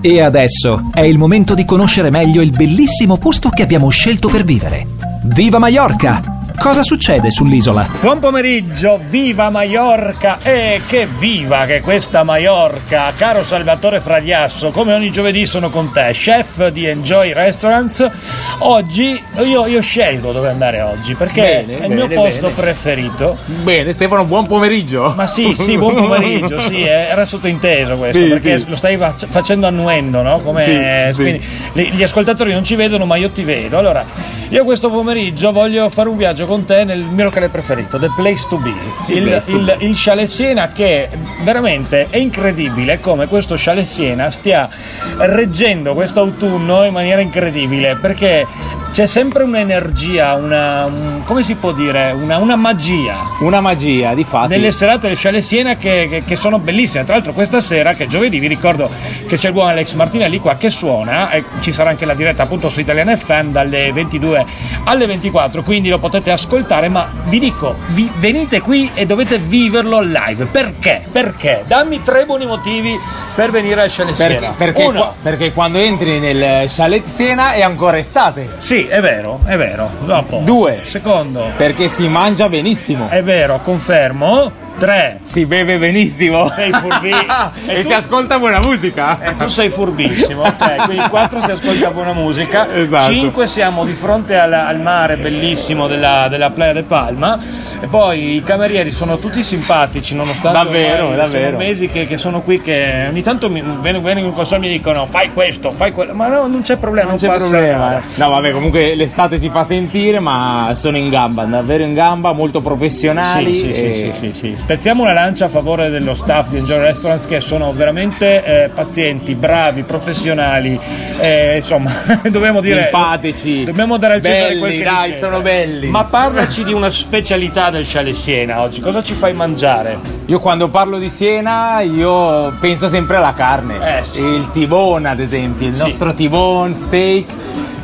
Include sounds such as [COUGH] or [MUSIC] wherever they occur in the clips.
E adesso è il momento di conoscere meglio il bellissimo posto che abbiamo scelto per vivere. Viva Mallorca! Cosa succede sull'isola? Buon pomeriggio, viva Maiorca! E che viva che questa Maiorca! Caro Salvatore Fragliasso, come ogni giovedì sono con te, chef di Enjoy Restaurants. Oggi io, io scelgo dove andare oggi perché Bene, è il mio bene, posto bene. preferito. Bene, Stefano, buon pomeriggio. Ma sì, sì, [LAUGHS] buon pomeriggio, sì, eh, era sottointeso questo, Sì, perché sì. lo stai fac- facendo annuendo, no? Come, Sì, quindi, li- Gli ascoltatori non ci vedono, ma io ti vedo. Allora, io questo pomeriggio voglio fare un viaggio con te nel mio locale preferito, The Place to Be, il, Place to il- il Chalet Siena che veramente è incredibile come questo Chalet Siena stia reggendo quest'autunno in maniera incredibile, perché c'è sempre un'energia, una, un- come si può dire, una- una magia Una magia, di fatto. nelle serate del Chalet Siena che, che- che sono bellissime. Tra l'altro, questa sera, che è giovedì, vi ricordo che c'è il buon Alex Martinelli qua che suona. E ci sarà anche la diretta appunto su Italian FM dalle 22 alle 24. Quindi lo potete ascoltare. Ma vi dico, vi- venite qui e dovete viverlo live. Perché? Perché? Dammi tre buoni motivi per venire al Chalet Siena. Perché, perché Uno. qua- perché quando entri nel chalet Siena è ancora estate. Sì, è vero, è vero. Dopo. Due. Secondo. Perché si mangia benissimo. È vero, confermo. Tre. Si beve benissimo. Sei [LAUGHS] furbi. e E si tu- ascolta buona musica. Eh, tu sei furbissimo, ok? Quindi 4 si ascolta buona musica, Esatto. 5 siamo di fronte alla- al mare bellissimo della, della Playa de Palma e poi i camerieri sono tutti simpatici nonostante Davvero, ormai sono davvero. mesi che, che sono qui che ogni tanto mi, vengono, vengono in console e mi dicono fai questo, fai quello, ma no, non c'è problema, non, Non c'è passa problema. nada. eh. No, vabbè, comunque l'estate si fa sentire, ma sono in gamba, davvero in gamba, molto professionali. Sì, sì, eh. sì, e- sì, sì, sì. Spezziamo una lancia a favore dello staff di Enjoy Restaurants che sono veramente eh, pazienti, bravi, professionali, eh, insomma, [LAUGHS] dobbiamo dire... Simpatici, Dobbiamo dare al centro di quel belli, che dai, riceve. sono belli. Ma parlaci di una specialità del Chalet Siena oggi, cosa ci fai mangiare? Io quando parlo di Siena io penso sempre alla carne. Eh, sì. Il tibone ad esempio, il Sì. nostro tibone steak,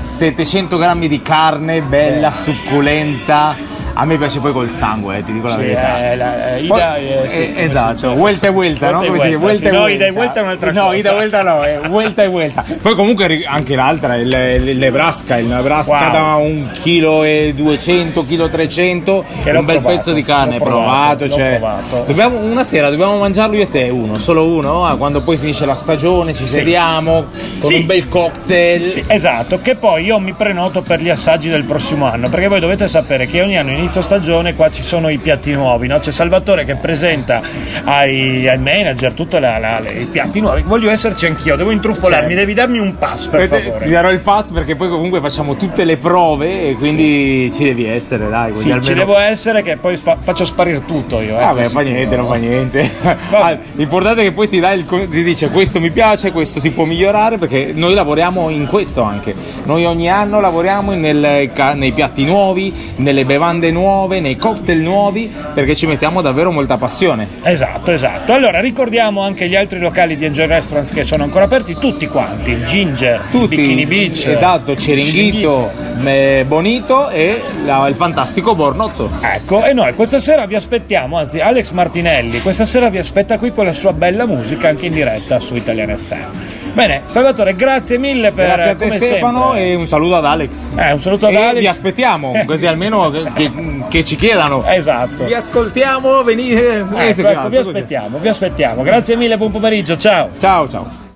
700 grammi di carne bella, Eh. succulenta. A me piace poi col sangue, eh, ti dico la Sì, verità. eh, la- eh, Poi- Ida, eh, sì, eh, come si esatto, dice? vuelta e vuelta, no? Vuelta e Come si dice? vuelta, sì, no, ida e vuelta è un'altra No, cosa. ida e vuelta no, è vuelta e vuelta. Poi comunque ri- anche l'altra, il, il Nebraska, il Nebraska Wow. da un chilo e 200, chilo 300, Che l'ho un bel provato, pezzo di carne, l'ho provato, provato, l'ho cioè. provato. Dobbiamo- una sera dobbiamo mangiarlo io e te, uno, solo uno, ah, quando poi finisce la stagione ci sediamo con Sì. un bel cocktail. Sì, esatto, che poi io mi prenoto per gli assaggi del prossimo anno, perché voi dovete sapere che ogni anno inizio stagione qua ci sono i piatti nuovi, no? c'è Salvatore che presenta ai, ai manager tutti i piatti nuovi, voglio esserci anch'io, devo intrufolarmi, Certo. devi darmi un pass per Eh, te- Ti favore. darò il pass perché poi comunque facciamo tutte le prove e quindi ci devi essere, dai. Sì, così ci almeno- devo essere che poi fa- faccio sparire tutto io. eh, ti Vabbè, Ah, fa assicuro. niente, non fa niente. [LAUGHS] Ah, L'importante è che poi si dà il co- si dice questo mi piace, questo si può migliorare, perché noi lavoriamo in questo anche. Noi ogni anno lavoriamo nel ca- nei piatti nuovi, nelle bevande nuove, nei cocktail nuovi, perché ci mettiamo davvero molta passione. Esatto, esatto. Allora ricordiamo anche gli altri locali di Enjoy Restaurants che sono ancora aperti, tutti quanti, il Ginger, Tutti, il Bikini Beach. esatto, Ciringhito. Ceringhito, eh, Bonito e la- il fantastico Bornotto. Ecco, e noi questa sera vi aspettiamo, anzi Alex Martinelli questa sera vi aspetta qui con la sua bella musica anche in diretta su Italian FM. Bene, Salvatore, grazie mille per Grazie a te come Stefano sempre. e un saluto ad Alex. Eh, un saluto ad e Alex. vi [LAUGHS] aspettiamo, così almeno che, che ci chiedano. Esatto. Vi ascoltiamo, venite. Ah, Ecco, ecco, vi aspettiamo, vi aspettiamo. Grazie mille, buon pomeriggio, ciao. Ciao, ciao.